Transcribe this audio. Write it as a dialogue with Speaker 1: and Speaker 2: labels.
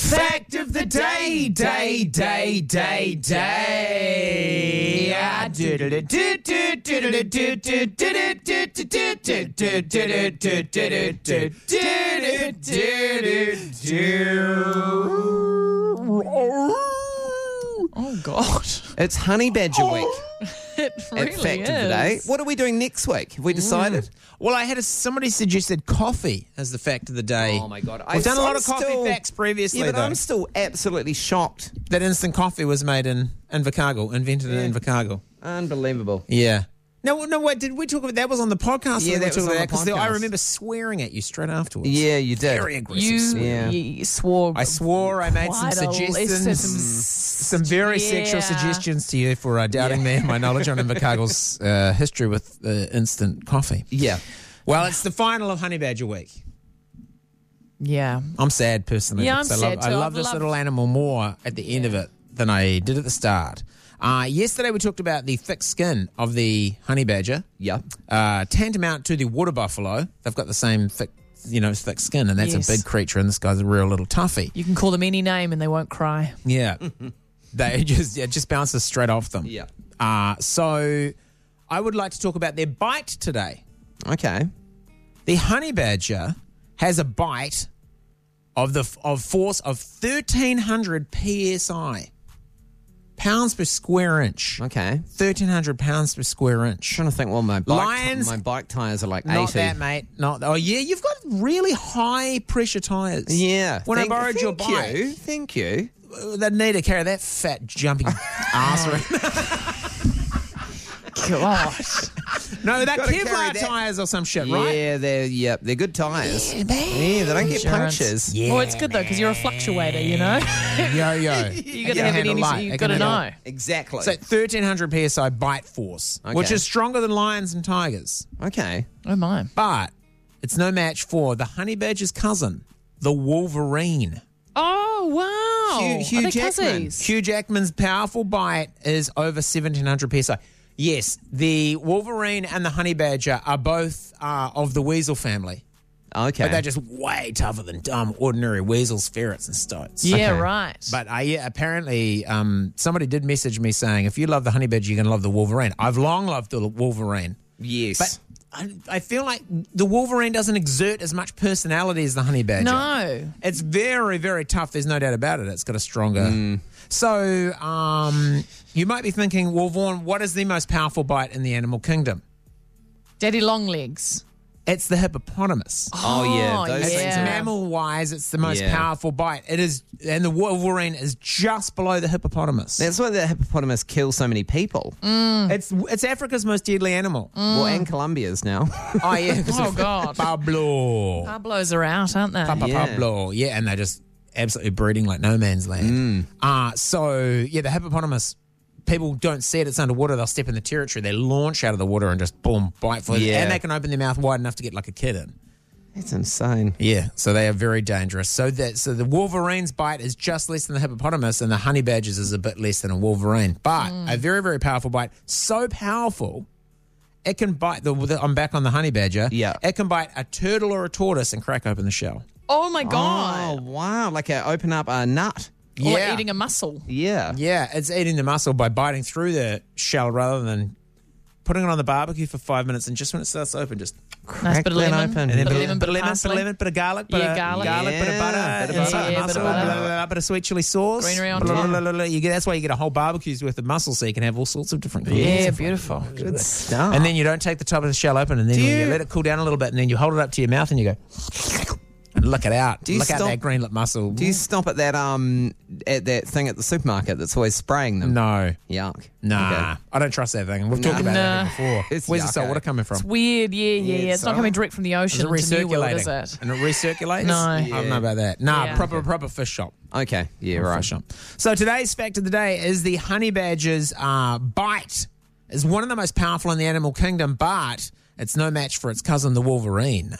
Speaker 1: fact of the day, day, day, day, day. Ah,
Speaker 2: Oh God!
Speaker 1: It's Honey Badger Week
Speaker 2: It really
Speaker 1: at Fact
Speaker 2: is.
Speaker 1: of the Day. What are we doing next week? Have we decided?
Speaker 3: Well, I had a, somebody suggested coffee as the fact of the day.
Speaker 1: Oh my God.
Speaker 3: I've done a
Speaker 1: I'm
Speaker 3: lot of coffee
Speaker 1: still-
Speaker 3: facts previously.
Speaker 1: Yeah, but
Speaker 3: though.
Speaker 1: I'm still absolutely shocked.
Speaker 3: that instant coffee was made in Invercargill, invented in Invercargill.
Speaker 1: Unbelievable.
Speaker 3: Yeah. No, no, wait. Did we talk about that? Was on the podcast?
Speaker 1: Yeah,
Speaker 3: we
Speaker 1: that
Speaker 3: talked
Speaker 1: was on
Speaker 3: about
Speaker 1: the
Speaker 3: 'cause I
Speaker 1: podcast.
Speaker 3: remember swearing at you straight afterwards.
Speaker 1: Yeah, you did.
Speaker 3: Very aggressive.
Speaker 2: You,
Speaker 3: swear.
Speaker 1: Yeah.
Speaker 2: you swore.
Speaker 3: I swore. I made some
Speaker 2: Quite a list of
Speaker 3: suggestions,
Speaker 2: some
Speaker 3: some very sexual
Speaker 2: yeah.
Speaker 3: suggestions to you for uh, doubting me and my knowledge on Invercargill's uh, history with uh, instant coffee.
Speaker 1: Yeah.
Speaker 3: Well, it's the final of Honey Badger Week.
Speaker 2: Yeah.
Speaker 3: I'm sad personally.
Speaker 2: Yeah, I'm
Speaker 3: because I
Speaker 2: sad
Speaker 3: love,
Speaker 2: too.
Speaker 3: I love
Speaker 2: I've
Speaker 3: this
Speaker 2: loved-
Speaker 3: little animal more at the end of it than I did at the start. Uh, yesterday we talked about the thick skin of the honey badger.
Speaker 1: Yep.
Speaker 3: Uh, tantamount to the water buffalo. They've got the same thick, you know, thick skin, and that's
Speaker 2: Yes.
Speaker 3: a big creature. And this guy's a real little toughie.
Speaker 2: You can call them any name and they won't cry.
Speaker 3: Yeah, they just it just bounces straight off them.
Speaker 1: Yeah.
Speaker 3: Uh, so I would like to talk about their bite today.
Speaker 1: Okay.
Speaker 3: The honey badger has a bite of the of force of thirteen hundred psi, pounds per square inch.
Speaker 1: Okay.
Speaker 3: Thirteen hundred pounds per square inch.
Speaker 1: trying to think. Well, my bike,
Speaker 3: Lions-
Speaker 1: my bike tires are like
Speaker 3: Not
Speaker 1: eighty.
Speaker 3: that, mate. Not oh yeah, you've got really high pressure tires.
Speaker 1: yeah.
Speaker 3: When
Speaker 1: Thank-
Speaker 3: I borrowed your
Speaker 1: thank
Speaker 3: bike,
Speaker 1: you, thank you.
Speaker 3: uh, they need to carry that fat jumping ass around.
Speaker 2: Gosh.
Speaker 3: no, that
Speaker 1: Gotta carry
Speaker 3: Kevlar
Speaker 1: that.
Speaker 3: tires or some shit, right?
Speaker 1: Yeah, they're yep, they're good tires. Yeah,
Speaker 3: man.
Speaker 1: they don't get
Speaker 2: Insurance.
Speaker 1: punctures.
Speaker 3: Yeah,
Speaker 2: well, it's good though because you're a fluctuator, you know.
Speaker 3: Yo yo.
Speaker 2: you got to have
Speaker 3: handle
Speaker 2: an
Speaker 3: light.
Speaker 2: energy. You
Speaker 3: They
Speaker 2: got to
Speaker 3: can handle-
Speaker 2: know.
Speaker 1: Exactly.
Speaker 3: So 1300 psi bite force,
Speaker 1: Okay.
Speaker 3: which is stronger than lions and tigers,
Speaker 1: okay.
Speaker 2: Oh my.
Speaker 3: but it's no match for the honey badger's cousin, the wolverine.
Speaker 2: Oh wow.
Speaker 1: Hugh- Hugh
Speaker 2: Are they
Speaker 1: Jackman.
Speaker 2: cousins?
Speaker 3: Hugh Jackman's powerful bite is over 1700 psi. Yes, the wolverine and the honey badger are both uh, of the weasel family,
Speaker 1: Okay.
Speaker 3: but they're just way tougher than dumb ordinary weasels, ferrets, and stoats.
Speaker 2: Yeah.
Speaker 1: Okay.
Speaker 2: Right.
Speaker 3: But I, yeah, apparently, um, somebody did message me saying, if you love the honey badger, you're going to love the wolverine. I've long loved the wolverine.
Speaker 1: yes.
Speaker 3: But I, I feel like the Wolverine doesn't exert as much personality as the Honey Badger.
Speaker 2: no.
Speaker 3: It's very, very tough. There's no doubt about it. It's got a stronger. So um, you might be thinking, well, Vaughan, what is the most powerful bite in the animal kingdom?
Speaker 2: Daddy long legs.
Speaker 3: It's the hippopotamus.
Speaker 1: oh yeah,
Speaker 2: Oh,
Speaker 1: those
Speaker 2: yeah.
Speaker 1: things are
Speaker 3: Mammal wise, it's the most
Speaker 1: Yeah.
Speaker 3: powerful bite. It is, and the Wolverine is just below the hippopotamus.
Speaker 1: That's why the hippopotamus kills so many people.
Speaker 3: Mm.
Speaker 2: Mm.
Speaker 3: it's it's Africa's most deadly animal.
Speaker 1: Well, and Colombia's now.
Speaker 3: Oh yeah, 'cause
Speaker 2: Oh
Speaker 3: of
Speaker 2: God.
Speaker 3: Pablo.
Speaker 2: Pablos are out, aren't they?
Speaker 3: Papa
Speaker 1: Yeah.
Speaker 3: Pablo. Yeah, and they're just absolutely breeding like no man's
Speaker 1: Mm.
Speaker 3: land. Uh, so, yeah, the hippopotamus, people don't see it. It's underwater. They'll step in the territory. They launch out of the water and just boom, bite for
Speaker 1: Yeah.
Speaker 3: And they can open their mouth wide enough to get like a kid in.
Speaker 1: That's insane.
Speaker 3: Yeah, so they are very dangerous. So that so the wolverine's bite is just less than the hippopotamus, and the honey badger's is a bit less than a wolverine, but
Speaker 2: Mm.
Speaker 3: a very very powerful bite. So powerful, it can bite the, the. I'm back on the honey badger.
Speaker 1: Yeah.
Speaker 3: it can bite a turtle or a tortoise and crack open the shell.
Speaker 2: Oh my god.
Speaker 1: Oh wow! Like I open up a nut.
Speaker 2: Or
Speaker 3: Yeah.
Speaker 2: eating a mussel.
Speaker 1: Yeah.
Speaker 3: Yeah, it's eating the muscle by biting through the shell rather than putting it on the barbecue for five minutes and just when it starts open, just
Speaker 2: Nice bit of
Speaker 1: that
Speaker 2: lemon.
Speaker 1: open.
Speaker 2: Bit
Speaker 1: And
Speaker 2: of
Speaker 3: bit,
Speaker 2: lemon, bit of
Speaker 3: lemon, bit of
Speaker 2: parsley.
Speaker 3: lemon, bit of garlic, bit
Speaker 2: Yeah,
Speaker 3: of
Speaker 2: garlic.
Speaker 3: bit of
Speaker 1: Yeah,
Speaker 3: butter,
Speaker 1: bit of
Speaker 3: inside
Speaker 2: butter.
Speaker 3: the
Speaker 2: Yeah, bit
Speaker 3: mussel,
Speaker 2: of
Speaker 3: blah,
Speaker 2: butter.
Speaker 3: blah, blah, bit of sweet chili sauce.
Speaker 2: Greenery on
Speaker 3: blah,
Speaker 2: top.
Speaker 3: blah, blah, blah. You get, that's why you get a whole barbecue's worth of mussels, so you can have all sorts of different.
Speaker 2: Yeah,
Speaker 3: cuisines.
Speaker 2: beautiful.
Speaker 1: Stuff.
Speaker 3: And then you don't take the top of the shell open, and then you,
Speaker 1: you-
Speaker 3: let it cool down a little bit, and then you hold it up to your mouth, and you go and look it out.
Speaker 1: you
Speaker 3: Look out
Speaker 1: stop-
Speaker 3: that green lip muscle.
Speaker 1: Do you stop at that um at that thing at the supermarket that's always spraying them?
Speaker 3: no,
Speaker 1: Yuck.
Speaker 3: nah,
Speaker 1: Okay.
Speaker 3: I don't trust that thing. We've talked about
Speaker 2: Nah.
Speaker 3: that thing before.
Speaker 1: It's
Speaker 3: Where's
Speaker 1: yucko.
Speaker 3: the salt water coming from?
Speaker 2: It's weird. Yeah, yeah, yeah. It's not
Speaker 1: so-
Speaker 2: coming direct from the
Speaker 3: Is
Speaker 2: ocean
Speaker 3: it
Speaker 2: into New World, is
Speaker 3: recirculating?
Speaker 2: it?
Speaker 3: And it recirculates?
Speaker 2: No.
Speaker 3: I don't know about that. Nah,
Speaker 2: Yeah.
Speaker 3: proper proper fish shop.
Speaker 1: Okay. Yeah.
Speaker 3: Proper
Speaker 1: Right.
Speaker 3: Fish shop. So today's fact of the day is the honey badger's uh, bite is one of the most powerful in the animal kingdom, but it's no match for its cousin the wolverine.